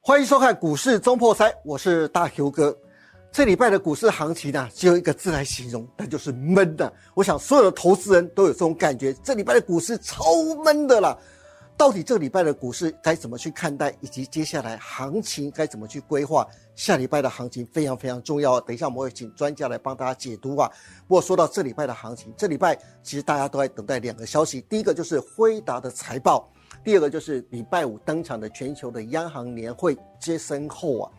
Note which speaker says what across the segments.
Speaker 1: 欢迎收看股市中破塞，我是大 Q 哥。这礼拜的股市行情呢，只有一个字来形容，那就是闷的。我想所有的投资人都有这种感觉，这礼拜的股市超闷的啦。到底这礼拜的股市该怎么去看待，以及接下来行情该怎么去规划？下礼拜的行情非常非常重要啊。等一下我们会请专家来帮大家解读啊。不过说到这礼拜的行情，这礼拜其实大家都在等待两个消息，第一个就是辉达的财报。第二个就是礼拜五登场的全球的央行年会接身后啊，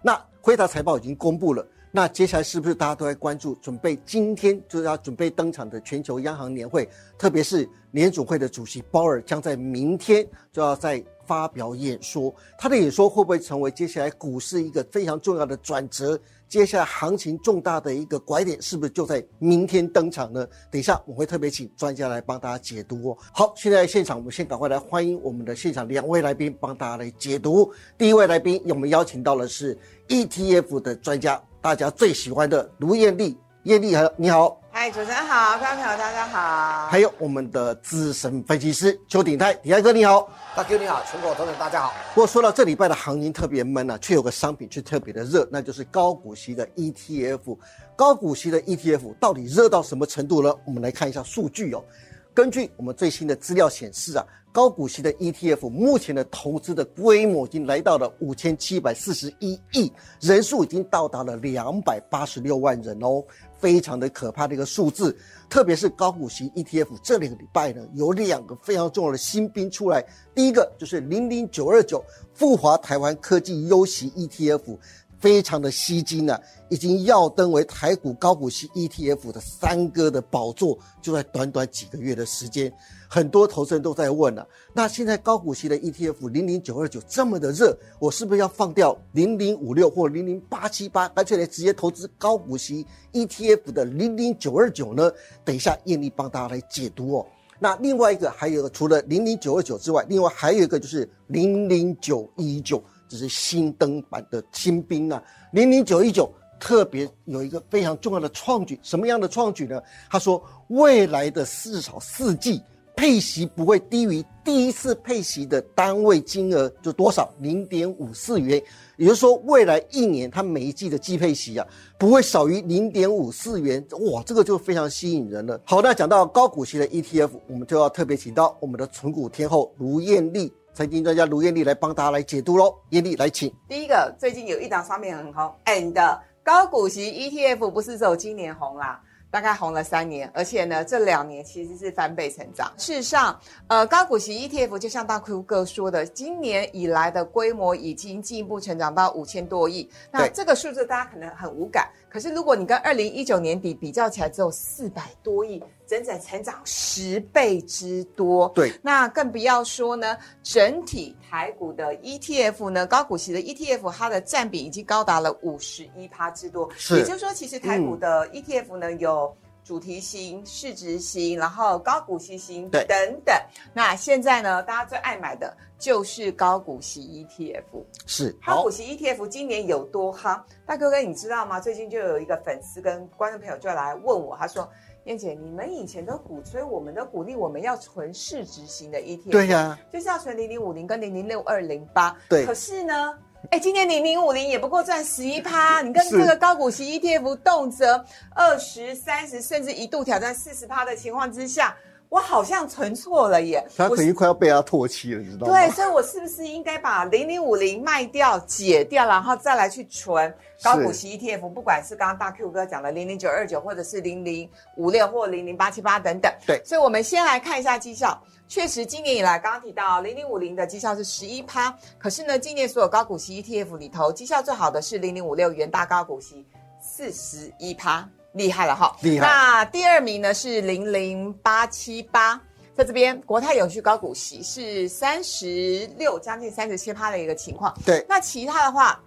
Speaker 1: 那辉达财报已经公布了，那接下来是不是大家都在关注？准备今天就是要准备登场的全球央行年会，特别是联储会的主席鲍尔将在明天就要在发表演说，他的演说会不会成为接下来股市一个非常重要的转折？接下来行情重大的一个拐点，是不是就在明天登场呢？等一下我会特别请专家来帮大家解读哦。好，现在现场我们先赶快来欢迎我们的现场两位来宾，帮大家来解读。第一位来宾，我们邀请到的是 ETF 的专家，大家最喜欢的卢艳丽，艳丽和你好。
Speaker 2: 嗨，主持人好，观众朋友大家好。
Speaker 1: 还有我们的资深分析师邱鼎泰，鼎泰哥你好。
Speaker 3: 大 Q 你好，全国投资人大家好。
Speaker 1: 不过说到这礼拜的行情特别闷啊，却有个商品却特别的热，那就是高股息的 ETF。高股息的 ETF 到底热到什么程度呢？我们来看一下数据哦。根据我们最新的资料显示啊，高股息的 ETF 目前的投资的规模已经来到了五千七百四十一亿，人数已经到达了两百八十六万人哦，非常的可怕的一个数字。特别是高股息 ETF 这两个礼拜呢，有两个非常重要的新兵出来，第一个就是零零九二九富华台湾科技优息 E ETF。非常的吸睛呢、啊，已经要登为台股高股息 ETF 的三哥的宝座，就在短短几个月的时间，很多投资人都在问了、啊，那现在高股息的 ETF 零零九二九这么的热，我是不是要放掉零零五六或零零八七八，干脆来直接投资高股息 ETF 的零零九二九呢？等一下艳丽帮大家来解读哦。那另外一个还有除了零零九二九之外，另外还有一个就是零零九一九。这是新登版的新兵啊，零零九一九特别有一个非常重要的创举，什么样的创举呢？他说，未来的至少四季配息不会低于第一次配息的单位金额，就多少零点五四元，也就是说，未来一年它每一季的季配息啊，不会少于零点五四元。哇，这个就非常吸引人了。好，那讲到高股息的 ETF，我们就要特别请到我们的存股天后卢艳丽。财经专家卢艳丽来帮大家来解读喽，艳丽来请。
Speaker 2: 第一个，最近有一档商品很红，and 高股息 ETF 不是只有今年红啦，大概红了三年，而且呢，这两年其实是翻倍成长。事实上，呃，高股息 ETF 就像大 Q 哥说的，今年以来的规模已经进一步成长到五千多亿。那这个数字大家可能很无感，可是如果你跟二零一九年底比较起来，只有四百多亿。整整成长十倍之多，
Speaker 1: 对，
Speaker 2: 那更不要说呢，整体台股的 ETF 呢，高股息的 ETF，它的占比已经高达了五十一趴之多，
Speaker 1: 是嗯
Speaker 2: 也就是说，其实台股的 ETF 呢、有。主题型、市值型，然后高股息型
Speaker 1: 对
Speaker 2: 等等。那现在呢，大家最爱买的就是高股息 E ETF。
Speaker 1: 是
Speaker 2: 高
Speaker 1: 好
Speaker 2: 股，息 ETF E 今年有多夯？大哥哥，你知道吗？最近就有一个粉丝跟观众朋友就来问我，他说：“燕姐，你们以前都鼓吹我们都鼓励我们要存市值型的 ETF，
Speaker 1: 对呀、
Speaker 2: 就是要存零零五零跟零零六二零八。
Speaker 1: 对
Speaker 2: 可是呢，哎，今年零零五零也不过赚十 一趴，你跟
Speaker 1: 是
Speaker 2: 这个高股息 ETF 动辄二十三十，甚至一度挑战四十趴的情况之下，我好像存错了耶。
Speaker 1: 他
Speaker 2: 我
Speaker 1: 肯定快要被他唾弃了，你知道吗？
Speaker 2: 对，所以我是不是应该把零零五零卖掉、解掉，然后再来去存高股息 ETF？不管是刚刚大 Q 哥讲的零零九二九，或者是零零五六或零零八七八等等。
Speaker 1: 对
Speaker 2: 所以我们先来看一下绩效。确实，今年以来，刚刚提到零零五零的绩效是十一趴，可是呢，今年所有高股息 ETF 里头，绩效最好的是零零五六元大高股息四十一趴，厉害了哈！
Speaker 1: 厉害
Speaker 2: 那第二名呢是零零八七八，在这边国泰永续高股息是三十六，将近三十七趴的一个情况。
Speaker 1: 对
Speaker 2: 那其他的话，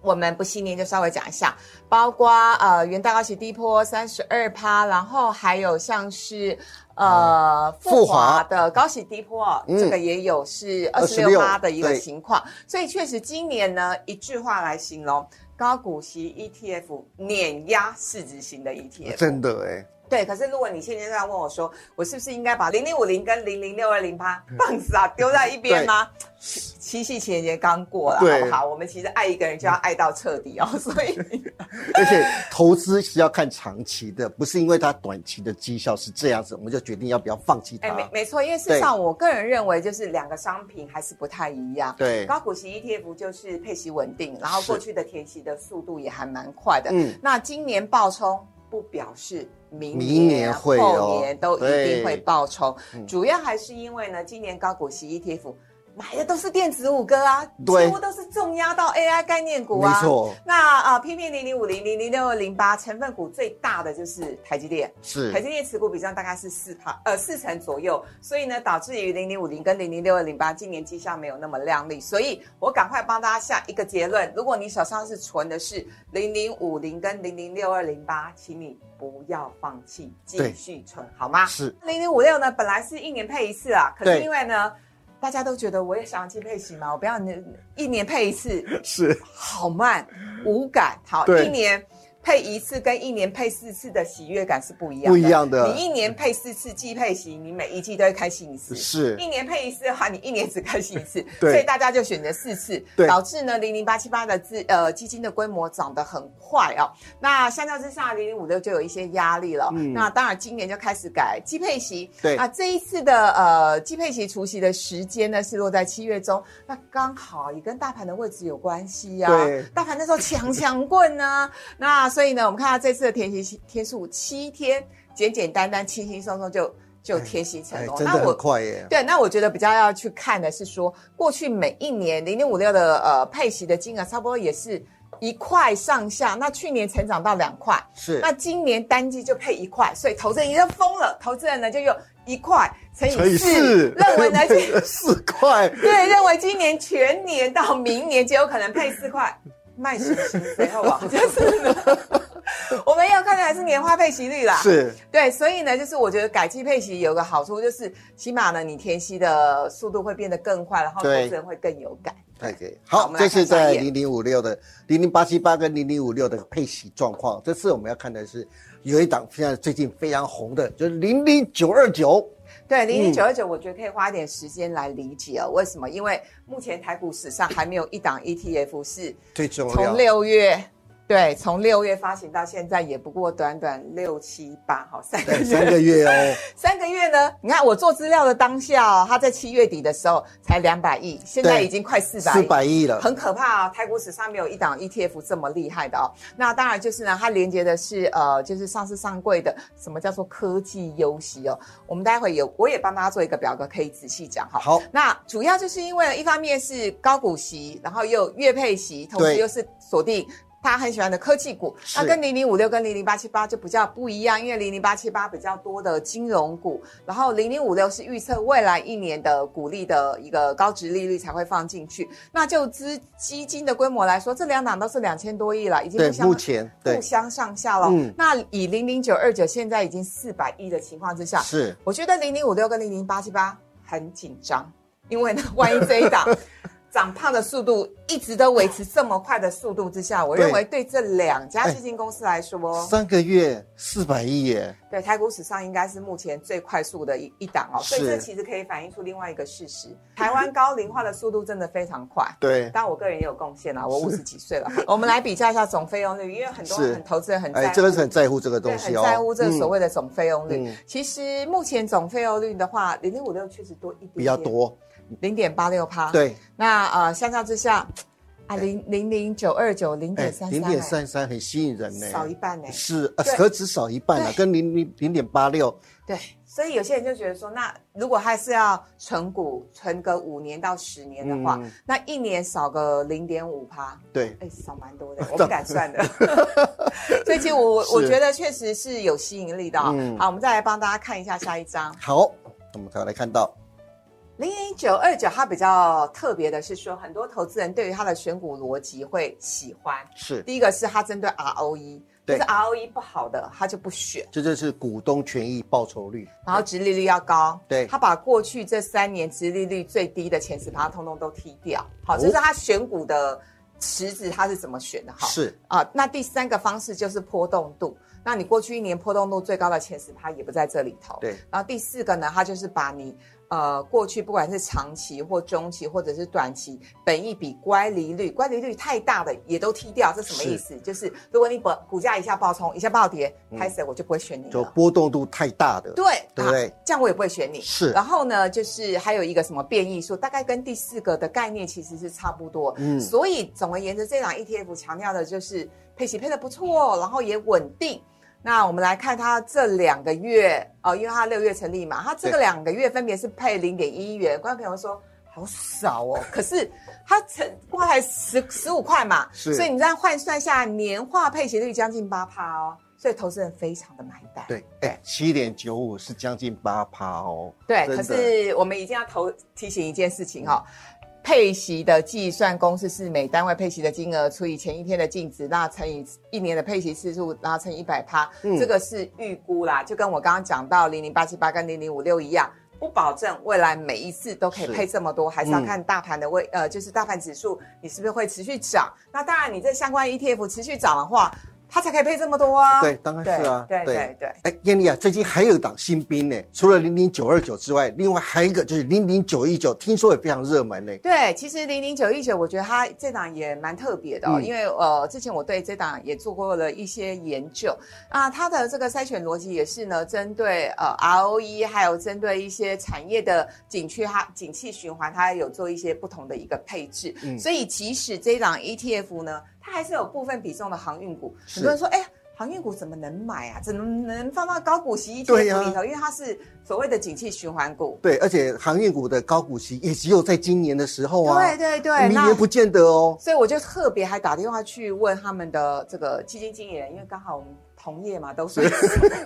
Speaker 2: 我们不细念就稍微讲一下，包括呃元大高息低坡三十二趴，然后还有像是呃
Speaker 1: 富华
Speaker 2: 富华的高息低坡哦，
Speaker 1: 嗯
Speaker 2: 这个也有是二十
Speaker 1: 26
Speaker 2: 六趴的一个
Speaker 1: 对
Speaker 2: 情况，所以确实今年呢，一句话来 E 形容。高股息 ETF 碾压市值型的 E ETF，
Speaker 1: 真的哎、
Speaker 2: 对，可是如果你现在这样问我说，我是不是应该把零零五零跟零零六二零八棒子啊丢在一边吗？七七夕情人节刚过了，
Speaker 1: 对
Speaker 2: 好不好？我们其实爱一个人就要爱到彻底哦，所以
Speaker 1: 而且投资是要看长期的，不是因为它短期的绩效是这样子，我们就决定要不要放弃它。
Speaker 2: 哎，没没错，因为事实上我个人认为就是两个商品还是不太一样。
Speaker 1: 对，
Speaker 2: 高股息 ETF 就是配息稳定，然后
Speaker 1: 是
Speaker 2: 过去的填息的速度也还蛮快的。
Speaker 1: 嗯，
Speaker 2: 那今年爆冲不表示明年、啊
Speaker 1: 明年会哦
Speaker 2: 后年都一定会爆冲
Speaker 1: 对，嗯
Speaker 2: 主要还是因为呢，今年高股息 ETF 买的都是电子五哥啊，
Speaker 1: 对
Speaker 2: 几乎都是重压到 AI 概念股
Speaker 1: 没
Speaker 2: 啊。。
Speaker 1: 错，
Speaker 2: 那啊，偏偏零零五零、零零六二零八成分股最大的就是台积电，
Speaker 1: 是
Speaker 2: 台积电持股比重大概是四趴，呃四成左右，所以呢，导致于零零五零跟零零六二零八今年绩效没有那么亮丽，所以我赶快帮大家下一个结论：如果你手上是存的是零零五零跟零零六二零八，请你不要放弃，继
Speaker 1: 对
Speaker 2: 续存好吗？
Speaker 1: 是
Speaker 2: 零零五六呢，本来是一年配一次啊，可是
Speaker 1: 对
Speaker 2: 因为呢。大家都觉得我也想要去配息嘛，我不要你一年配一次，
Speaker 1: 是，
Speaker 2: 好慢无感。好，
Speaker 1: 嗯对
Speaker 2: 一年配一次跟一年配四次的喜悦感是不一样的，
Speaker 1: 不一样的
Speaker 2: 你一年配四次季配息，你每一季都会开心一次。
Speaker 1: 是
Speaker 2: 一年配一次的话，你一年只开心一次，
Speaker 1: 对
Speaker 2: 所以大家就选择四次，
Speaker 1: 对
Speaker 2: 导致呢零零八七八的资呃基金的规模涨得很快哦。那相较之下，零零五六就有一些压力了。
Speaker 1: 嗯
Speaker 2: 那当然今年就开始改季配息，
Speaker 1: 对
Speaker 2: 啊，这一次的呃季配息除息的时间呢是落在七月中，那刚好也跟大盘的位置有关系呀、
Speaker 1: 对
Speaker 2: 大盘那时候强强棍呢、啊 那所以呢，我们看到这次的填息天数七天，简简单单、轻轻松松就就填息成
Speaker 1: 哎，
Speaker 2: 功。
Speaker 1: 真的
Speaker 2: 那
Speaker 1: 很
Speaker 2: 我
Speaker 1: 快耶。
Speaker 2: 对，那我觉得比较要去看的是说，过去每一年零点五六的呃配息的金额差不多也是一块上下，那去年成长到两块，
Speaker 1: 是
Speaker 2: 那今年单季就配一块，所以投资人就疯了，投资人呢就用一块乘
Speaker 1: 乘以
Speaker 2: 以
Speaker 1: 四
Speaker 2: 哎四，，认为呢今
Speaker 1: 四 块，
Speaker 2: 对，认为今年全年到明年就有可能配四块，卖血型谁要往？啊就是呢， 我们要看的还是年化配息率啦。
Speaker 1: 是
Speaker 2: 对，所以呢，就是我觉得改期配息有个好处，就是起码呢，你填息的速度会变得更快，然后投
Speaker 1: 对
Speaker 2: 资人会更有感。
Speaker 1: 太给力
Speaker 2: 好我
Speaker 1: 好，
Speaker 2: 们来
Speaker 1: 这次
Speaker 2: 看下
Speaker 1: 在
Speaker 2: 一页
Speaker 1: 零零五六的零零八七八跟零零五六的配息状况，这次我们要看的是有一档现在最近非常红的，就是零零九二九，
Speaker 2: 对，
Speaker 1: 嗯
Speaker 2: 零零九二九，我觉得可以花一点时间来理解哦。为什么？因为目前台股史上还没有一档 ETF 是
Speaker 1: 最重要
Speaker 2: 从六月。对，从六月发行到现在，也不过短短六七八，好三个
Speaker 1: 对
Speaker 2: 月，
Speaker 1: 三个月哦，
Speaker 2: 三个月呢？你看我做资料的当下、哦，它在七月底的时候才两百亿，现在
Speaker 1: 对
Speaker 2: 已经快四百
Speaker 1: 四
Speaker 2: 亿。
Speaker 1: 百亿了，
Speaker 2: 很可怕啊！台股史上没有一档 ETF 这么厉害的哦。那当然就是呢，它连接的是呃，就是上市上柜的什么叫做科技优息哦。我们待会有我也帮大家做一个表格，可以仔细讲哈。
Speaker 1: 好，
Speaker 2: 那主要就是因为一方面是高股息，然后又月配息，同时
Speaker 1: 对
Speaker 2: 又是锁定。大家很喜欢的科技股，
Speaker 1: 是
Speaker 2: 那跟零零五六跟零零八七八就比较不一样，因为零零八七八比较多的金融股，然后零零五六是预测未来一年的股利的一个高值利率才会放进去。那就资基金的规模来说，这两档都是两千多亿了，已经
Speaker 1: 对
Speaker 2: 不，相
Speaker 1: 目前对
Speaker 2: 不相上下了。
Speaker 1: 嗯
Speaker 2: 那以零零九二九现在已经四百亿的情况之下，
Speaker 1: 是
Speaker 2: 我觉得零零五六跟零零八七八很紧张，因为呢， 万一这一 档长胖的速度一直都维持这么快的速度之下，我
Speaker 1: 对
Speaker 2: 认为对这两家
Speaker 1: 哎
Speaker 2: 基金公司来说，
Speaker 1: 三个月四百亿耶，
Speaker 2: 对台股史上应该是目前最快速的一一档哦。所以
Speaker 1: 是
Speaker 2: 这其实可以反映出另外一个事实：台湾高龄化的速度真的非常 快。
Speaker 1: 对，
Speaker 2: 当然，我个人也有贡献啦，我五十几岁了。我们来比较一下总费用率，因为很多
Speaker 1: 是
Speaker 2: 很投资人很在
Speaker 1: 哎，
Speaker 2: 乎
Speaker 1: 这个是很在乎这个
Speaker 2: 对，
Speaker 1: 东西哦，
Speaker 2: 很在乎这个
Speaker 1: 嗯
Speaker 2: 所谓的总费用率。
Speaker 1: 嗯
Speaker 2: 其实目前总费用率的话，零点五六确实多一点
Speaker 1: 嗯比较，多，
Speaker 2: 零点八六趴。，
Speaker 1: 对，
Speaker 2: 那呃，相较之下，啊，零零零九二九零
Speaker 1: 哎
Speaker 2: 点，三
Speaker 1: 零点，三三很吸引人呢，
Speaker 2: 少一半呢。
Speaker 1: 是，呃
Speaker 2: 对
Speaker 1: 何止少一半啊，
Speaker 2: 对
Speaker 1: 跟零零零点八六
Speaker 2: 对，所以有些人就觉得说，那如果还是要存股，存个五年到十年的话，
Speaker 1: 嗯
Speaker 2: 那一年少个零点五趴，
Speaker 1: 对，
Speaker 2: 哎，少蛮多的，我不敢算 的。所以其实我我我
Speaker 1: 是
Speaker 2: 觉得确实是有吸引力的、哦。
Speaker 1: 嗯
Speaker 2: 好，我们再来帮大家看一下下一张。
Speaker 1: 好，我们才来看到，
Speaker 2: 零零九二九，它比较特别的是说，很多投资人对于它的选股逻辑会喜欢。
Speaker 1: 是，
Speaker 2: 第一个是它针对 ROE，就
Speaker 1: 对
Speaker 2: 是 ROE 不好的，它就不选，
Speaker 1: 这就是股东权益报酬率，
Speaker 2: 然后殖利率要高。
Speaker 1: 对
Speaker 2: 它把过去这三年殖利率最低的前十趴通通都踢掉。好，
Speaker 1: 哦
Speaker 2: 这是它选股的池子它是怎么选的好。
Speaker 1: 是
Speaker 2: 啊，那第三个方式就是波动度。那你过去一年波动度最高的前十趴也不在这里头。
Speaker 1: 对，
Speaker 2: 然后第四个呢，它就是把你呃过去不管是长期或中期或者是短期本益比乖离率，乖离率太大的也都踢掉，这什么意思？就是如果你本股价一下暴冲，一下暴跌，拍谁我嗯就不会选你
Speaker 1: 就
Speaker 2: 了。
Speaker 1: 波动度太大的，
Speaker 2: 啊对
Speaker 1: 对不对
Speaker 2: 啊这样我也不会选你。
Speaker 1: 是
Speaker 2: 然后呢，就是还有一个什么变异数，大概跟第四个的概念其实是差不多。
Speaker 1: 嗯
Speaker 2: 所以总而言之，这档 E ETF 强调的就是配息配的不错，然后也稳定。那我们来看它这两个月哦，因为它六月成立嘛，它这个
Speaker 1: 对
Speaker 2: 两个月分别是配零点一元。观众朋友说好少哦，可是它成挂才十十五块嘛，
Speaker 1: 是
Speaker 2: 所以你这样换算下来，年化配息率将近八趴哦，所以投资人非常的买单。
Speaker 1: 对，哎，七点九五是将近八趴哦。
Speaker 2: 对，
Speaker 1: 真的
Speaker 2: 可是我们一定要投提醒一件事情哈、哦。
Speaker 1: 嗯
Speaker 2: 配息的计算公式是每单位配息的金额除以前一天的净值，那乘以一年的配息次数，然后乘以一百趴。
Speaker 1: 嗯
Speaker 2: 这个是预估啦，就跟我刚刚讲到零零八七八跟零零五六一样，不保证未来每一次都可以
Speaker 1: 是
Speaker 2: 配这么多，还是要
Speaker 1: 嗯
Speaker 2: 看大盘的位、呃，就是大盘指数你是不是会持续涨。那当然，你这相关 ETF 持续涨的话，它才可以配这么多啊。
Speaker 1: 对，当然是啊，
Speaker 2: 对对对对
Speaker 1: 哎，艳丽啊，最近还有一档新兵呢，除了零零九二九之外，另外还有一个就是零零九一九，听说也非常热门呢。
Speaker 2: 对，其实零零九一九，我觉得它这档也蛮特别的、哦，
Speaker 1: 嗯
Speaker 2: 因为呃，之前我对这档也做过了一些研究啊，它的这个筛选逻辑也是呢，针对呃 ROE，还有针对一些产业的景区它景气循环，它有做一些不同的一个配置，
Speaker 1: 嗯
Speaker 2: 所以即使这档 ETF 呢，它还是有部分比重的航运股，
Speaker 1: 是
Speaker 2: 很多人说，哎呀。航运股怎么能买啊？怎么能放到高股息 ETF
Speaker 1: 对
Speaker 2: 里
Speaker 1: 呀
Speaker 2: 头？因为它是所谓的景气循环股。
Speaker 1: 对，而且航运股的高股息也只有在今年的时候啊，
Speaker 2: 对对对，
Speaker 1: 明
Speaker 2: 那
Speaker 1: 年不见得哦。
Speaker 2: 所以我就特别还打电话去问他们的这个基金经理人，因为刚好我们同业嘛，都是。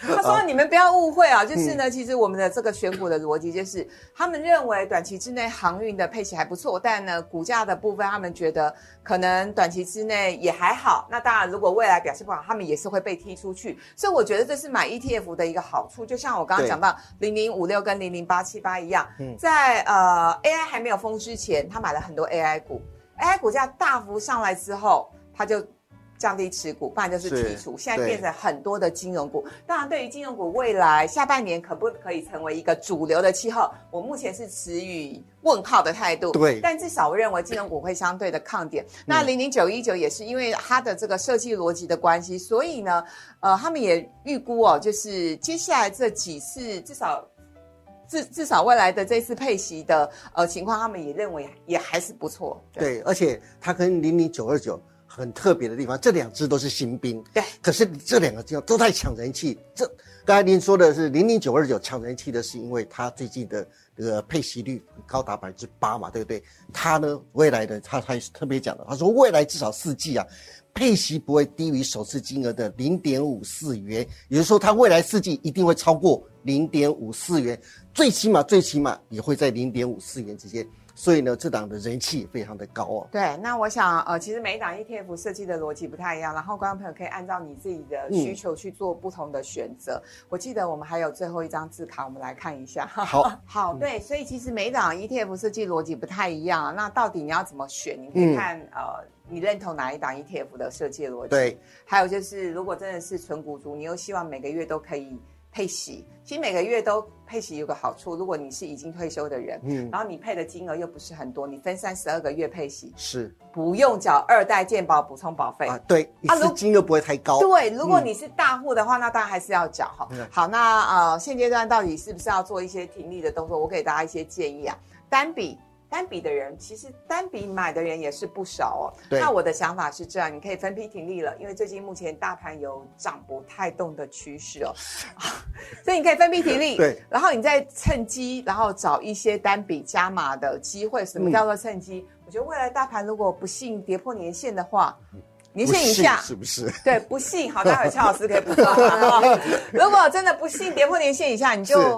Speaker 2: 他说：“你们不要误会啊，就是
Speaker 1: 嗯
Speaker 2: 呢，其实我们的这个选股的逻辑就是，他们认为短期之内航运的配息还不错，但呢，股价的部分他们觉得可能短期之内也还好。那当然，如果未来表现不好，他们也是会被踢出去。所以我觉得这是买 ETF 的一个好处，就像我刚刚
Speaker 1: 对
Speaker 2: 讲到零零五六跟零零八七八一样，
Speaker 1: 嗯
Speaker 2: 在呃 AI 还没有封之前，他买了很多 AI 股。” AI 哎股价大幅上来之后，它就降低持股，不然就是剔除。
Speaker 1: 是
Speaker 2: 现在
Speaker 1: 对
Speaker 2: 变成很多的金融股。当然，对于金融股未来下半年可不可以成为一个主流的气候，我目前是持予问号的态度。
Speaker 1: 对嗯
Speaker 2: 但至少我认为金融股会相对的抗跌。那零零九一九也是因为它的这个设计逻辑的关系，所以呢，呃，他们也预估哦，就是接下来这几次至少。至至少未来的这次配息的呃情况，他们也认为也还是不错。
Speaker 1: 对，而且它跟零零九二九很特别的地方，这两只都是新兵，
Speaker 2: 对，
Speaker 1: 可是这两个地方都在抢人气。这刚才您说的是零零九二九抢人气的是因为它最近的这个配息率高达百分之八嘛，对不对？它呢未来的它还特别讲的，他说未来至少四季啊，配息不会低于首次金额的零点五四元，也就是说它未来四季一定会超过零点五四元，最起码最起码也会在零点五四元之间。所以呢，这档的人气非常的高哦。
Speaker 2: 对，那我想，呃，其实每一档 ETF 设计的逻辑不太一样，然后观众朋友可以按照你自己
Speaker 1: 嗯
Speaker 2: 的需求去做不同的选择。我记得我们还有最后一张字卡，我们来看一下。
Speaker 1: 好，
Speaker 2: 好，对，所以其实每一档 ETF 设计逻辑不太一样，那到底你要怎么选？你可以
Speaker 1: 嗯
Speaker 2: 看，呃，你认同哪一档 ETF 的设计逻辑？
Speaker 1: 对，
Speaker 2: 还有就是，如果真的是纯股族，你又希望每个月都可以配息，其实每个月都配息有个好处，如果你是已经退休的人，
Speaker 1: 嗯，
Speaker 2: 然后你配的金额又不是很多，你分三十二个月配息，
Speaker 1: 是
Speaker 2: 不用缴二代健保补充保费。
Speaker 1: 啊，对，一
Speaker 2: 啊如
Speaker 1: 次金额不会太高。
Speaker 2: 对，如果你是大户的话，那当然还是要缴哈
Speaker 1: 嗯。
Speaker 2: 好，那呃，现阶段到底是不是要做一些停利的动作？我给大家一些建议啊。单笔单笔的人，其实单笔买的人也是不少哦。
Speaker 1: 对
Speaker 2: 那我的想法是这样，你可以分批停利了，因为最近目前大盘有涨不太动的趋势哦， 所以你可以分批停利。
Speaker 1: 对，
Speaker 2: 然后你再趁机，然后找一些单笔加码的机会。什么
Speaker 1: 嗯
Speaker 2: 叫做趁机？我觉得未来大盘如果不幸跌破年限的话，年
Speaker 1: 不
Speaker 2: 限以
Speaker 1: 信
Speaker 2: 下
Speaker 1: 是不是？
Speaker 2: 对，不信好，待会儿乔老师可以补充啊。如果真的不信跌破年线以下，你就是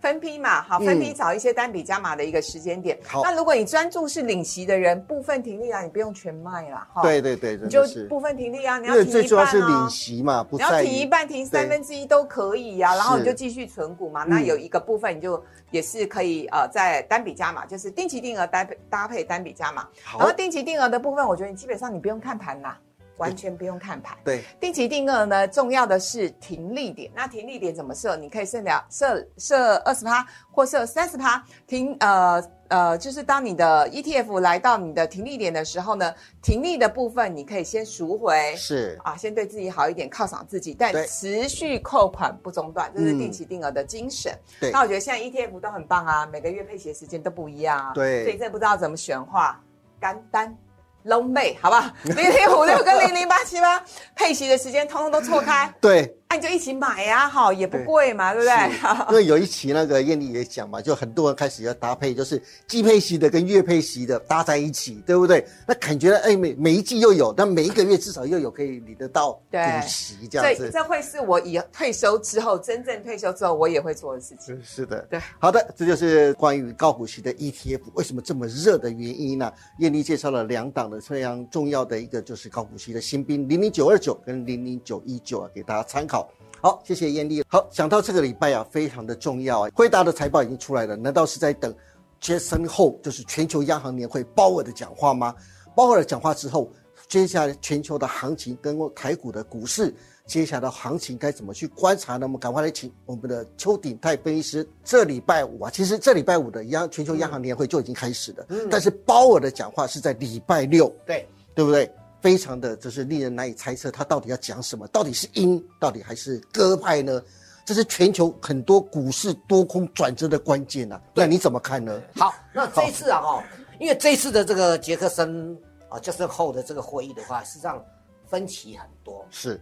Speaker 2: 分批嘛，好，分批找一些单笔加码的一个时间点。
Speaker 1: 嗯好
Speaker 2: 那如果你专注是领息的人，部分停利啊，你不用全卖啦，哈，，
Speaker 1: 对对对，
Speaker 2: 你
Speaker 1: 真
Speaker 2: 就
Speaker 1: 的是，
Speaker 2: 部分停利啊，你
Speaker 1: 因
Speaker 2: 要
Speaker 1: 为
Speaker 2: 停
Speaker 1: 最
Speaker 2: 一
Speaker 1: 重要是
Speaker 2: 半
Speaker 1: 领
Speaker 2: 啊。
Speaker 1: 息嘛，不
Speaker 2: 你要
Speaker 1: 在
Speaker 2: 停一
Speaker 1: 于
Speaker 2: 半、停三分之一都可以呀、啊，然后你
Speaker 1: 是
Speaker 2: 就继续存股嘛。那
Speaker 1: 嗯
Speaker 2: 有一个部分你就也是可以呃，在单笔加码，就是定期定额搭配搭配单笔加码。
Speaker 1: 好
Speaker 2: 然后，定期定额的部分，我觉得你基本上你不用看盘啦，完全不用看盘。
Speaker 1: 对，
Speaker 2: 定期定额呢，重要的是停利点。那停利点怎么设？你可以设两设设二十趴或设三十趴。停呃呃，就是当你的 ETF 来到你的停利点的时候呢，停利的部分你可以先赎回。
Speaker 1: 是
Speaker 2: 啊，先对自己好一点，犒赏自己，但
Speaker 1: 对
Speaker 2: 持续扣款不中断，这是
Speaker 1: 嗯
Speaker 2: 定期定额的精神。
Speaker 1: 对
Speaker 2: 那我觉得现在 ETF 都很棒啊，每个月配息的时间都不一样啊。
Speaker 1: 对
Speaker 2: 所以真的不知道怎么选的话，干单。龙妹，好不好？零零五六跟零零八七八配息的时间通通都错开，
Speaker 1: 对，
Speaker 2: 那、你就一起买呀、哈，也不贵嘛，对
Speaker 1: 是
Speaker 2: 不对？
Speaker 1: 因为有一期那个艳丽也讲嘛，就很多人开始要搭配，就是季配息的跟月配息的搭在一起，对不对？那感觉哎每每一季又有，但每一个月至少又有可以领得到
Speaker 2: 对
Speaker 1: 股息这样
Speaker 2: 这
Speaker 1: 子。
Speaker 2: 这会是我以退休之后，真正退休之后我也会做的事情。
Speaker 1: 是是的，
Speaker 2: 对，
Speaker 1: 好的，这就是关于高股息的 ETF 为什么这么热的原因呢？艳丽介绍了两档的非常重要的一个就是高股息的新兵零零九二九跟零零九一九啊，给大家参考。好，谢谢艳丽。好，讲到这个礼拜啊，非常的重要啊，辉达的财报已经出来了，难道是在等 Jackson Hole 就是全球央行年会鲍尔的讲话吗？鲍尔讲话之后，接下来全球的行情跟台股的股市，接下来的行情该怎么去观察呢？我们赶快来请我们的邱鼎泰分析师。这礼拜五啊，其实这礼拜五的央全球央行年会就已经开始了，但是鲍尔的讲话是在礼拜六，
Speaker 3: 对，
Speaker 1: 对不对？非常的就是令人难以猜测，他到底要讲什么？到底是鹰，到底还是鸽派呢？这是全球很多股市多空转折的关键啊！那你怎么看呢？
Speaker 3: 好，那这一次啊哈，因为这一次的这个杰克森啊，就是后的这个会议的话，事实上分歧很多，
Speaker 1: 是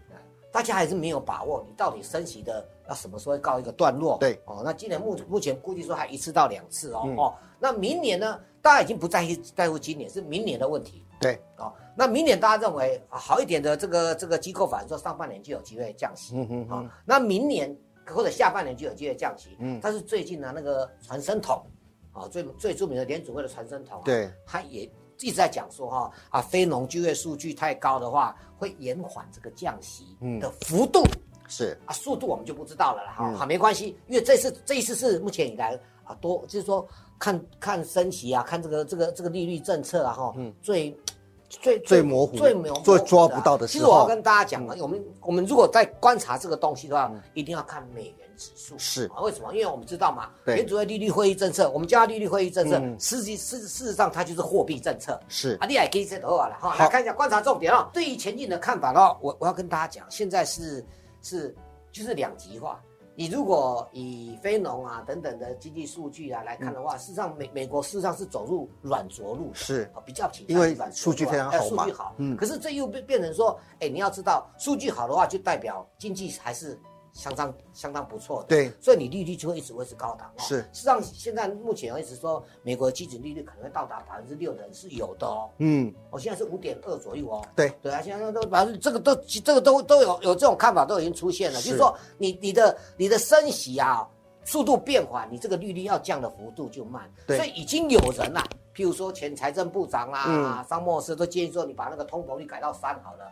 Speaker 3: 大家还是没有把握你到底升息的要什么时候告一个段落。
Speaker 1: 对
Speaker 3: 哦，那今年目目前估计说还一次到两次哦、
Speaker 1: 嗯
Speaker 3: 哦，那明年呢，大家已经不在意在乎今年，是明年的问题。
Speaker 1: 对，
Speaker 3: 哦，那明年大家认为啊好一点的这个这个机构反而说上半年就有机会降息，
Speaker 1: 嗯哼
Speaker 3: 啊、
Speaker 1: 哼，
Speaker 3: 那明年或者下半年就有机会降息，
Speaker 1: 嗯
Speaker 3: 但是最近呢那个传声筒，啊、最最著名的联储会的传声筒、啊，，
Speaker 1: 对，
Speaker 3: 他也一直在讲说哈啊非农就业数据太高的话会延缓这个降息
Speaker 1: 嗯
Speaker 3: 的幅度、
Speaker 1: 是
Speaker 3: 啊速度我们就不知道了啦，哈、
Speaker 1: 嗯
Speaker 3: 好没关系，因为这次这一次是目前以来啊多就是说看看升息啊，看这个这个这个利率政策啊哈，
Speaker 1: 嗯
Speaker 3: 最最
Speaker 1: 最模糊
Speaker 3: 最模糊啊
Speaker 1: 最抓不到的
Speaker 3: 其
Speaker 1: 时
Speaker 3: 实
Speaker 1: 候嗯
Speaker 3: 我要跟大家讲啊，我们我们如果在观察这个东西的话，一定要看美元指数
Speaker 1: 是
Speaker 3: 啊，为什么？因为我们知道嘛，
Speaker 1: 对
Speaker 3: 联储会利率会议政策，我们叫它利率会议政策，
Speaker 1: 嗯
Speaker 3: 实际事事实上它就是货币政策。
Speaker 1: 是
Speaker 3: 啊，你也可以再投好了哈。
Speaker 1: 好
Speaker 3: 来看一下观察重点哦。对于前进的看法的话，我我要跟大家讲，现在是是就是两极化。你如果以非农啊等等的经济数据啊来看的话，
Speaker 1: 嗯
Speaker 3: 事实上美美国事实上是走入软着陆的，
Speaker 1: 是
Speaker 3: 啊比较倾向
Speaker 1: 因为
Speaker 3: 于软着陆啊
Speaker 1: 数据非常
Speaker 3: 哎
Speaker 1: 好嘛
Speaker 3: 数据好，
Speaker 1: 嗯
Speaker 3: 可是这又变变成说，哎，你要知道数据好的话，就代表经济还是相当相当不错的，
Speaker 1: 对，
Speaker 3: 所以你利率就会一直维持高档、哦。
Speaker 1: 是
Speaker 3: 事实上现在目前为止说，美国的基准利率可能会到达百分之六的人是有的哦。
Speaker 1: 嗯，
Speaker 3: 我、现在是五点二左右哦。
Speaker 1: 对
Speaker 3: 对啊，现在都反正这个都这个都都有有这种看法都已经出现了，
Speaker 1: 是
Speaker 3: 就是说你你的你的升息啊速度变缓，你这个利率要降的幅度就慢，
Speaker 1: 对
Speaker 3: 所以已经有人啦、譬如说前财政部长啊、
Speaker 1: 嗯
Speaker 3: 张默斯都建议说你把那个通膨率改到三好了。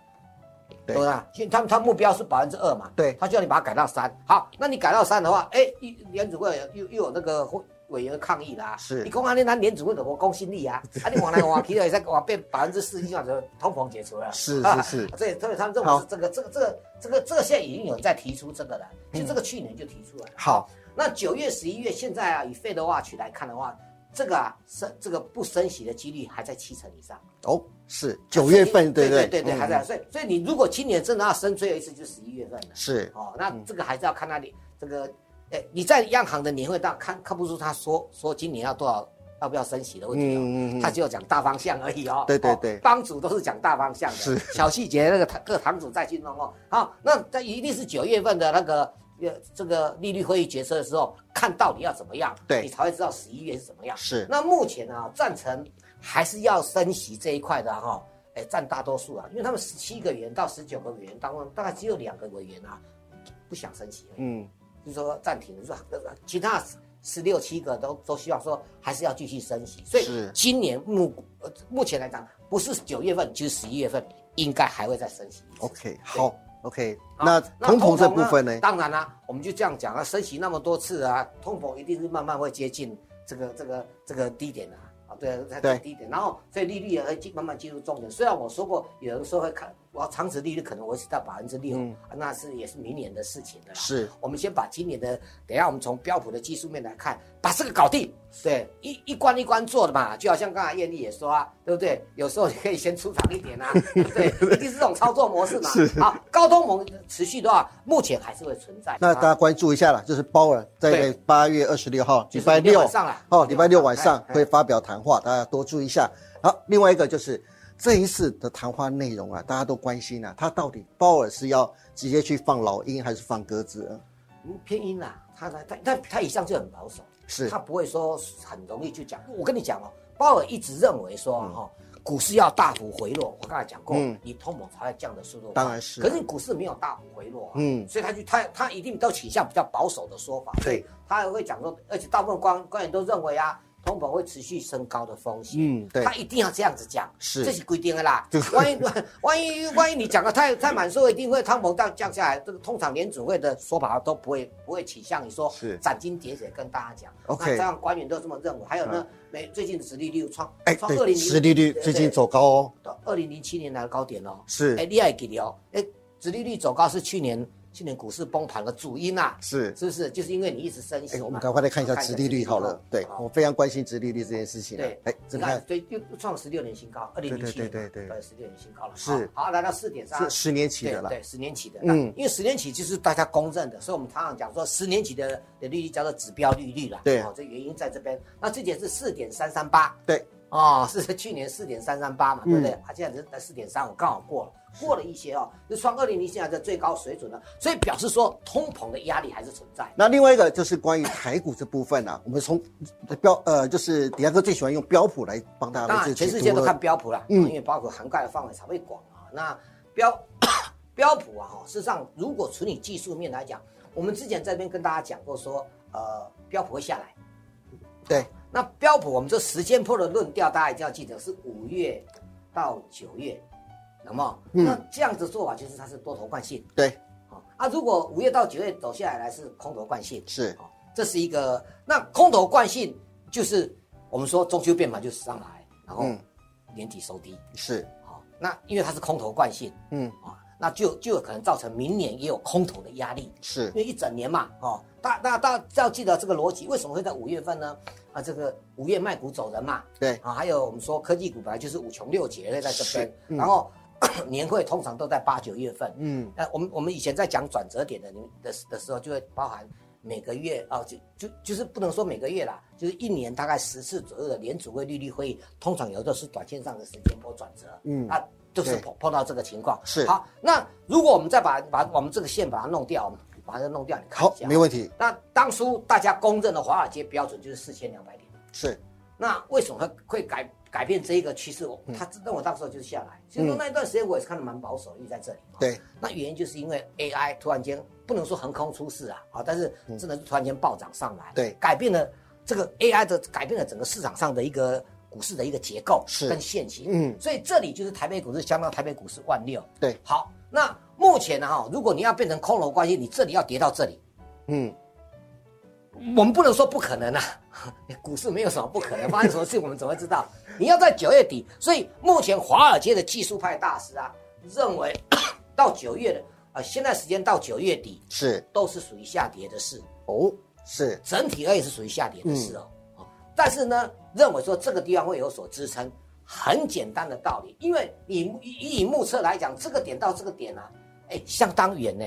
Speaker 1: 对
Speaker 3: 不啦，现他们他目标是百分之二嘛，
Speaker 1: 对
Speaker 3: 他叫你把它改到三。好，那你改到三的话，哎，一联储会有又又有那个会委员抗议啦、
Speaker 1: 是
Speaker 3: 你公啊安那咱联储会怎么公信力啊？啊，你往来 往去也在往变百分之四以上，就通膨解除了。
Speaker 1: 是是是，
Speaker 3: 啊所以所以他们认为
Speaker 1: 好
Speaker 3: 是这个这个这个这个这个现在已经有人在提出这个了，其实
Speaker 1: 嗯
Speaker 3: 这个去年就提出来了。
Speaker 1: 好，
Speaker 3: 那九月、十一月现在啊，以费德 watch 来看的话，这个啊升这个不升息的几率还在七成以上。
Speaker 1: 哦，是九月份，
Speaker 3: 所
Speaker 1: 对
Speaker 3: 以你
Speaker 1: 不对
Speaker 3: 对
Speaker 1: 嗯
Speaker 3: 对对，还在。所以所以你如果今年真的要升最后一次，就十一月份了。
Speaker 1: 是嗯
Speaker 3: 哦，那这个还是要看他的这个，哎、你在央行的年会上看看不出他说说今年要多少，要不要升息的问题哦，
Speaker 1: 嗯嗯嗯嗯
Speaker 3: 他只有讲大方向而已哦。
Speaker 1: 对对
Speaker 3: 哦
Speaker 1: 对
Speaker 3: 帮主都是讲大方向的，
Speaker 1: 是
Speaker 3: 小细节那个堂各堂主再去弄哦。好，那他一定是九月份的那个。呃，这个利率会议决策的时候，看到底要怎么样，
Speaker 1: 对
Speaker 3: 你才会知道十一月是怎么样。
Speaker 1: 是
Speaker 3: 那目前啊，赞成还是要升息这一块的哈、哎，占大多数啊，因为他们十七个委员到十九个委员当中，大概只有两个委员啊不想升息而已，
Speaker 1: 嗯
Speaker 3: 呃就是说暂停，就是说其他十六七个都都希望说还是要继续升息，所以
Speaker 1: 是
Speaker 3: 今年目呃目前来讲，不是九月份就是十一月份，应该还会再升息一次。
Speaker 1: OK，好，OK，
Speaker 3: 好
Speaker 1: 那通膨这
Speaker 3: 呢
Speaker 1: 部分呢？
Speaker 3: 当然啦、我们就这样讲啊，升息那么多次啊，通膨一定是慢慢会接近这个这个这个低点啊。啊，对啊，它
Speaker 1: 对
Speaker 3: 低点，然后所以利率也会进慢慢进入重点。虽然我说过，有人说会看，我要长期利率可能维持到百分之六啊
Speaker 1: 嗯，
Speaker 3: 那是也是明年的事情了啦。
Speaker 1: 是
Speaker 3: 我们先把今年的，等一下我们从标普的技术面来看，把这个搞定。对，一一关一关做的嘛，就好像刚才艳丽也说啊，对不对？有时候你可以先出场一点啊，对 不对，一定是这种操作模式嘛。好，高通膨持续的话，目前还是会存在。啊
Speaker 1: 那大家关注一下啦，就是鲍尔在
Speaker 3: 对
Speaker 1: 八月二十六号，礼
Speaker 3: 就是
Speaker 1: 拜
Speaker 3: 明天
Speaker 1: 六
Speaker 3: 晚上啦
Speaker 1: 哦，礼拜六晚上
Speaker 3: 哎哎
Speaker 1: 会发表谈话，大家多注意一下。好，另外一个就是这一次的谈话内容啊，大家都关心啊，他到底鲍尔是要直接去放老鹰还是放鸽子？
Speaker 3: 嗯偏阴啦，他他他他他一向就很保守，
Speaker 1: 是
Speaker 3: 他不会说很容易就讲。我跟你讲哦，鲍尔一直认为说哈、哦股市要大幅回落，我刚才讲过，
Speaker 1: 嗯
Speaker 3: 你通膨才会降的速度。
Speaker 1: 当然是啊
Speaker 3: 可是股市没有大幅回落啊，
Speaker 1: 嗯
Speaker 3: 所以他就他他一定都倾向比较保守的说法。
Speaker 1: 对，
Speaker 3: 他也会讲说，而且大部分官官员都认为啊，通膨会持续升高的风险。
Speaker 1: 嗯对
Speaker 3: 他一定要这样子讲，
Speaker 1: 是
Speaker 3: 这是规定的啦。万一万一万一你讲的太太满说一定会通膨降降下来，这个通常联准会的说法都不会不会倾向于说
Speaker 1: 是
Speaker 3: 斩钉截铁跟大家讲。
Speaker 1: OK 嗯
Speaker 3: 那这样官员都这么认为。还有呢，美最近的殖利率创
Speaker 1: 哎，
Speaker 3: 创二
Speaker 1: 对，
Speaker 3: 零
Speaker 1: 实利率最近走高哦，
Speaker 3: 到二零零七年来的高点哦。哎，
Speaker 1: 是
Speaker 3: 你也给你哦，哎，殖利率走高是去年去年股市崩盘的主因啊，
Speaker 1: 是。
Speaker 3: 是不是？就是因为你一直升息
Speaker 1: 哎，
Speaker 3: 嘛
Speaker 1: 我们赶快来看一下殖利率好了。对，
Speaker 3: 哦好
Speaker 1: 我非常关心殖利率这件事情啊。
Speaker 3: 对，
Speaker 1: 哎，
Speaker 3: 你
Speaker 1: 真
Speaker 3: 看
Speaker 1: 看，
Speaker 3: 对，又又创十六年新高，二零零七
Speaker 1: 对
Speaker 3: 年，
Speaker 1: 对对对对
Speaker 3: 十六年新高了。
Speaker 1: 是
Speaker 3: 好，好来到四点三
Speaker 1: 是，十年期的啦
Speaker 3: 对，对，十年期的。
Speaker 1: 嗯
Speaker 3: 那因为十年期就是大家公认的，所以我们常常讲说十年期的的利率叫做指标利率啦。
Speaker 1: 对
Speaker 3: 哦，这原因在这边。那这点是四点三三八。
Speaker 1: 对，
Speaker 3: 哦，是去年四点三三八嘛，
Speaker 1: 嗯
Speaker 3: 对不对？啊，现在在四点三，我刚好过了，过了一些哦，就创二零零七年的最高水准了，所以表示说通膨的压力还是存在。
Speaker 1: 那另外一个就是关于台股这部分啊，我们从标呃，就是迪亚哥最喜欢用标普来帮大家
Speaker 3: 当
Speaker 1: 来做
Speaker 3: 然，全世
Speaker 1: 解
Speaker 3: 界
Speaker 1: 读
Speaker 3: 都
Speaker 1: 了
Speaker 3: 看标普啦，
Speaker 1: 嗯
Speaker 3: 因为包括涵盖的范围才会广啊。那标标普啊，哈，事实上如果从你技术面来讲，我们之前在这边跟大家讲过说，呃，标普会下来。
Speaker 1: 对，
Speaker 3: 那标普我们这时间破的论调，大家一定要记得是五月到九月，那么、
Speaker 1: 嗯
Speaker 3: 那这样子做法就是它是多头惯性
Speaker 1: 对，
Speaker 3: 啊。啊，如果五月到九月走下来是空头惯性，
Speaker 1: 是
Speaker 3: 哦，这是一个那空头惯性，就是我们说中秋变盘就是上来，然后
Speaker 1: 嗯
Speaker 3: 年底收低，
Speaker 1: 是，
Speaker 3: 好、那因为它是空头惯性
Speaker 1: 嗯
Speaker 3: 啊、那就就有可能造成明年也有空头的压力，
Speaker 1: 是
Speaker 3: 因为一整年嘛，哦，大大大要记得这个逻辑，为什么会在五月份呢？啊，这个五月卖股走人嘛，
Speaker 1: 对，
Speaker 3: 啊，还有我们说科技股本来就是五穷六绝的在这
Speaker 1: 是
Speaker 3: 边，然后 年会通常都在八九月份，
Speaker 1: 嗯
Speaker 3: 那我们我们以前在讲转折点的你们的的时候，就会包含每个月啊、就就就是不能说每个月啦，就是一年大概十次左右的联储会利率会议，通常有的是短线上的时间波转折，
Speaker 1: 嗯
Speaker 3: 啊，就是
Speaker 1: 对
Speaker 3: 碰碰到这个情况。
Speaker 1: 是
Speaker 3: 好，那如果我们再把把我们这个线把它弄掉，把它弄掉，你看一
Speaker 1: 好
Speaker 3: 下，
Speaker 1: 没问题，
Speaker 3: 那当初大家公认的华尔街标准就是四千两百点，
Speaker 1: 是
Speaker 3: 那为什么会会改改变这一个趋势？我他知道我到时候就是下来，所以说
Speaker 1: 嗯
Speaker 3: 那一段时间我也是看得蛮保守，因为在这里嘛。
Speaker 1: 对，
Speaker 3: 那原因就是因为 AI 突然间不能说横空出世啊，啊，但是真的是突然间暴涨上来，
Speaker 1: 嗯对
Speaker 3: 改变了这个 AI 的改变了整个市场上的一个股市的一个结构
Speaker 1: 是
Speaker 3: 跟现形，
Speaker 1: 嗯
Speaker 3: 所以这里就是台北股市相当台北股市万六，
Speaker 1: 对，
Speaker 3: 好，那目前呢、哈，如果你要变成空头关系，你这里要跌到这里，
Speaker 1: 嗯
Speaker 3: 我们不能说不可能啊， 股市没有什么不可能，发生什么事我们怎么会知道？你要在九月底，所以目前华尔街的技术派大师啊，认为 到九月的啊、呃现在时间到九月底
Speaker 1: 是
Speaker 3: 都是属于下跌的事，
Speaker 1: 哦是
Speaker 3: 整体而言是属于下跌的事哦。哦但是呢，认为说这个地方会有所支撑，很简单的道理，因为你以以目测来讲，这个点到这个点啊，哎，相当远呢、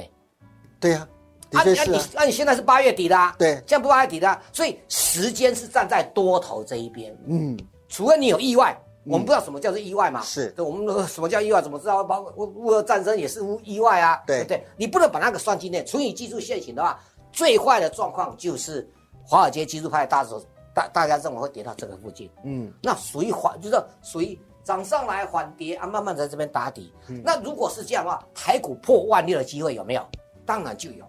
Speaker 1: 对呀，的
Speaker 3: 啊，
Speaker 1: 确
Speaker 3: 那
Speaker 1: 是
Speaker 3: 你
Speaker 1: 啊，
Speaker 3: 那你现在是八月底啦、
Speaker 1: 对
Speaker 3: 现在不八月底啦、所以时间是站在多头这一边，
Speaker 1: 嗯
Speaker 3: 除非你有意外。我们不知道什么叫做意外嘛？
Speaker 1: 是
Speaker 3: 对，我们呃什么叫意外？怎么知道？包括乌乌俄战争也是乌意外啊，
Speaker 1: 对
Speaker 3: 不对？你不能把那个算进内。除以技术陷阱的话，最坏的状况就是华尔街技术派的大手大大家认为会跌到这个附近，
Speaker 1: 嗯
Speaker 3: 那属于缓，就是属于涨上来缓跌啊，慢慢在这边打底。
Speaker 1: 嗯
Speaker 3: 那如果是这样的话，台股破万六的机会有没有？当然就有，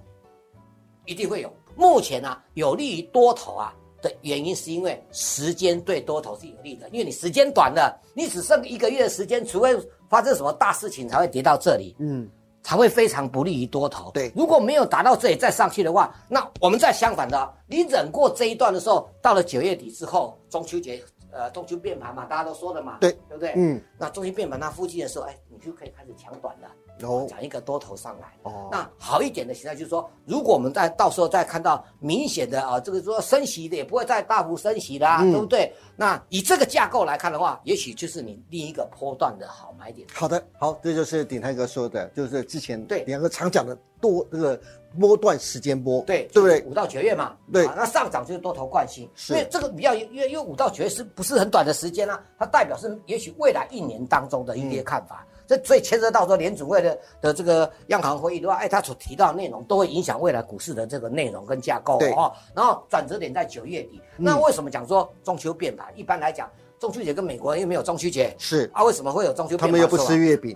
Speaker 3: 一定会有。目前啊，有利于多头啊的原因，是因为时间对多头是有利的，因为你时间短了，你只剩一个月的时间，除非发生什么大事情才会跌到这里，
Speaker 1: 嗯，
Speaker 3: 才会非常不利于多头。
Speaker 1: 对
Speaker 3: 如果没有达到这里再上去的话，那我们再相反的，你忍过这一段的时候，到了九月底之后，中秋节，呃，中秋变盘嘛，大家都说了嘛，
Speaker 1: 对
Speaker 3: 对不对？
Speaker 1: 嗯，
Speaker 3: 那中秋变盘那附近的时候，哎，你就可以开始抢短了，
Speaker 1: 哦
Speaker 3: 讲一个多头上来。
Speaker 1: 哦，
Speaker 3: 那好一点的形态就是说，如果我们在到时候再看到明显的啊，这个说升息的也不会再大幅升息啦、
Speaker 1: 嗯
Speaker 3: 对不对？那以这个架构来看的话，也许就是你另一个波段的好买点。
Speaker 1: 好的，好，这就是鼎泰哥说的，就是之前
Speaker 3: 对
Speaker 1: 两个常讲的多这个波段时间波，
Speaker 3: 对
Speaker 1: 对不对？
Speaker 3: 五到九月嘛，
Speaker 1: 对
Speaker 3: 啊那上涨就是多头惯性，
Speaker 1: 是
Speaker 3: 因为这个比较，因为因为五到九月是不是很短的时间啊？它代表是也许未来一年当中的一些看
Speaker 1: 嗯
Speaker 3: 法，这、所以牵涉到说联储会的的这个央行会议的话，哎，它所提到的内容都会影响未来股市的这个内容跟架构
Speaker 1: 对嗯
Speaker 3: 哦。然后转折点在九月底，那为什么讲说中秋变盘？一般来讲，中秋节跟美国人又没有中秋节。
Speaker 1: 是，
Speaker 3: 啊，为什么会有中秋变
Speaker 1: 他
Speaker 3: 盘？啊
Speaker 1: 们又不
Speaker 3: 是吧
Speaker 1: 吃月饼，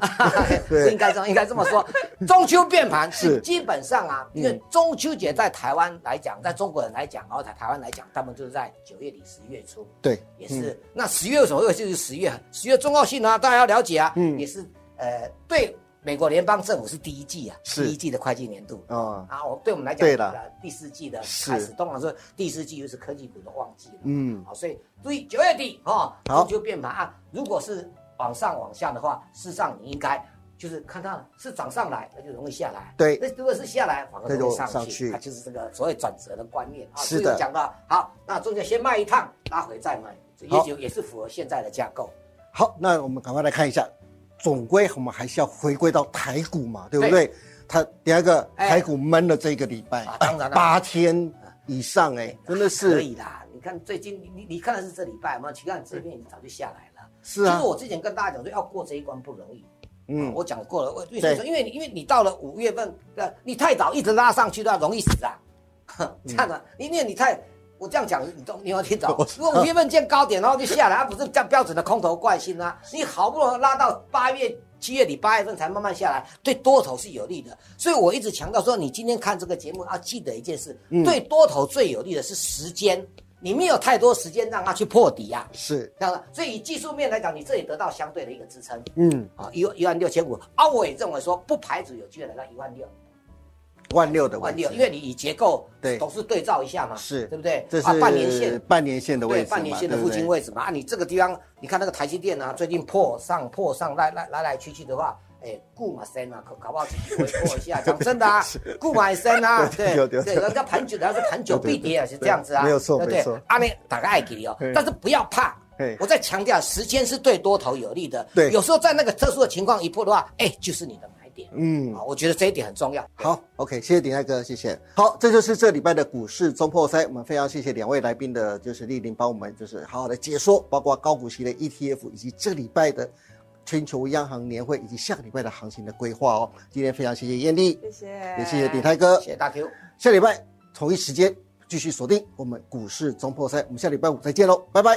Speaker 3: 是
Speaker 1: 对，
Speaker 3: 应该这么应该这么说。中秋变盘
Speaker 1: 是嗯
Speaker 3: 是基本上啊，因为中秋节在台湾来讲，在中国人来讲，然后在台湾来讲，他们就是在九月底十月初，
Speaker 1: 对，
Speaker 3: 也是、
Speaker 1: 嗯
Speaker 3: 那十月为什么会就是十月？十月重要性啊，大家要了解啊，
Speaker 1: 嗯
Speaker 3: 也是呃对美国联邦政府是第一季啊，
Speaker 1: 是
Speaker 3: 第一季的会计年度。
Speaker 1: 啊，
Speaker 3: 啊，我对我们来讲，
Speaker 1: 对了
Speaker 3: 呃，第四季的
Speaker 1: 是
Speaker 3: 开始，通常说第四季又是科技股的旺季了，
Speaker 1: 嗯，
Speaker 3: 好，所以注意九月底哦，
Speaker 1: 好
Speaker 3: 中秋变盘啊。如果是往上往下的话，事实上你应该就是看它是涨上来，那就容易下来；
Speaker 1: 对
Speaker 3: 那如果是下来，反而
Speaker 1: 那就
Speaker 3: 容易上去。
Speaker 1: 上去
Speaker 3: 它就是这个所谓转折的观念啊。
Speaker 1: 是的
Speaker 3: 这个有讲到好，那中间先卖一趟，拉回再买，
Speaker 1: 好
Speaker 3: 也许也是符合现在的架构。
Speaker 1: 好，那我们赶快来看一下，总归我们还是要回归到台股嘛，对不对？它第二个
Speaker 3: 哎
Speaker 1: 台股闷了这个礼拜
Speaker 3: 啊，当然啦
Speaker 1: 八天以上，哎，真的
Speaker 3: 可
Speaker 1: 是
Speaker 3: 以啦。你看最近你你你看的是这礼拜嘛？其实这边已经早就下来了。
Speaker 1: 是啊
Speaker 3: 其实，我之前跟大家讲说，要过这一关不容易。
Speaker 1: 嗯
Speaker 3: 嗯，我讲过了，我为什
Speaker 1: 对
Speaker 3: 么说？因为你因为你到了五月份，呃，你太早一直拉上去的话，容易死啊。
Speaker 1: 嗯
Speaker 3: 这样的、因为你太，我这样讲，你懂，你有听懂
Speaker 1: 我？知
Speaker 3: 如果五月份见高点，然后就下来，它不是这样标准的空头惯性啊。你好不容易拉到八月、七月底、八月份才慢慢下来，对多头是有利的。所以我一直强调说，你今天看这个节目要记得一件事，
Speaker 1: 嗯
Speaker 3: 对多头最有利的是时间，你没有太多时间让它去破底啊。
Speaker 1: 是，
Speaker 3: 这样的，所以以技术面来讲，你这里得到相对的一个支撑。
Speaker 1: 嗯，
Speaker 3: 啊，一一万六千五啊，我也认为说不排除有机会来到一万六，
Speaker 1: 万六的
Speaker 3: 万
Speaker 1: 位
Speaker 3: 六，因
Speaker 1: 置，
Speaker 3: 为你以结构
Speaker 1: 对
Speaker 3: 总是对照一下嘛，
Speaker 1: 是
Speaker 3: 对不对？
Speaker 1: 这
Speaker 3: 啊
Speaker 1: 是
Speaker 3: 半年线。
Speaker 1: 半年线的位
Speaker 3: 对
Speaker 1: 置嘛，
Speaker 3: 半年线的
Speaker 1: 对不
Speaker 3: 附
Speaker 1: 对
Speaker 3: 近位置嘛，啊，你这个地方，你看那个台积电啊，最近破上破上来来来来去去的话，哎，顾马森啊，搞搞不好自己回破一下，讲真 的啊，顾马森啊，
Speaker 1: 对
Speaker 3: 对
Speaker 1: 有有
Speaker 3: 对，人家盘久，人家是盘久必跌啊，是
Speaker 1: 对
Speaker 3: 这样子啊，
Speaker 1: 没有错
Speaker 3: 对不对
Speaker 1: 没错
Speaker 3: 啊，你大概爱给你哦
Speaker 1: 对，
Speaker 3: 但是不要怕
Speaker 1: 对，
Speaker 3: 我再强调，时间是对多头有利的，
Speaker 1: 对
Speaker 3: 有时候在那个特殊的情况一破的话，哎，就是你的买点，
Speaker 1: 嗯
Speaker 3: 啊，，我觉得这一点很重要。
Speaker 1: 好，OK，谢谢鼎泰哥，谢谢。好，这就是这礼拜的股市中破塞，我们非常谢谢两位来宾的，就是莅临帮我们就是好好的解说，包括高股息的 ETF 以及这礼拜的全球央行年会以及下个礼拜的行情的规划哦。今天非常谢谢艳丽，
Speaker 2: 谢谢，
Speaker 1: 也谢谢鼎泰哥，
Speaker 3: 谢谢大 Q。
Speaker 1: 下礼拜同一时间继续锁定我们股市中破塞，我们下礼拜五再见喽，拜拜。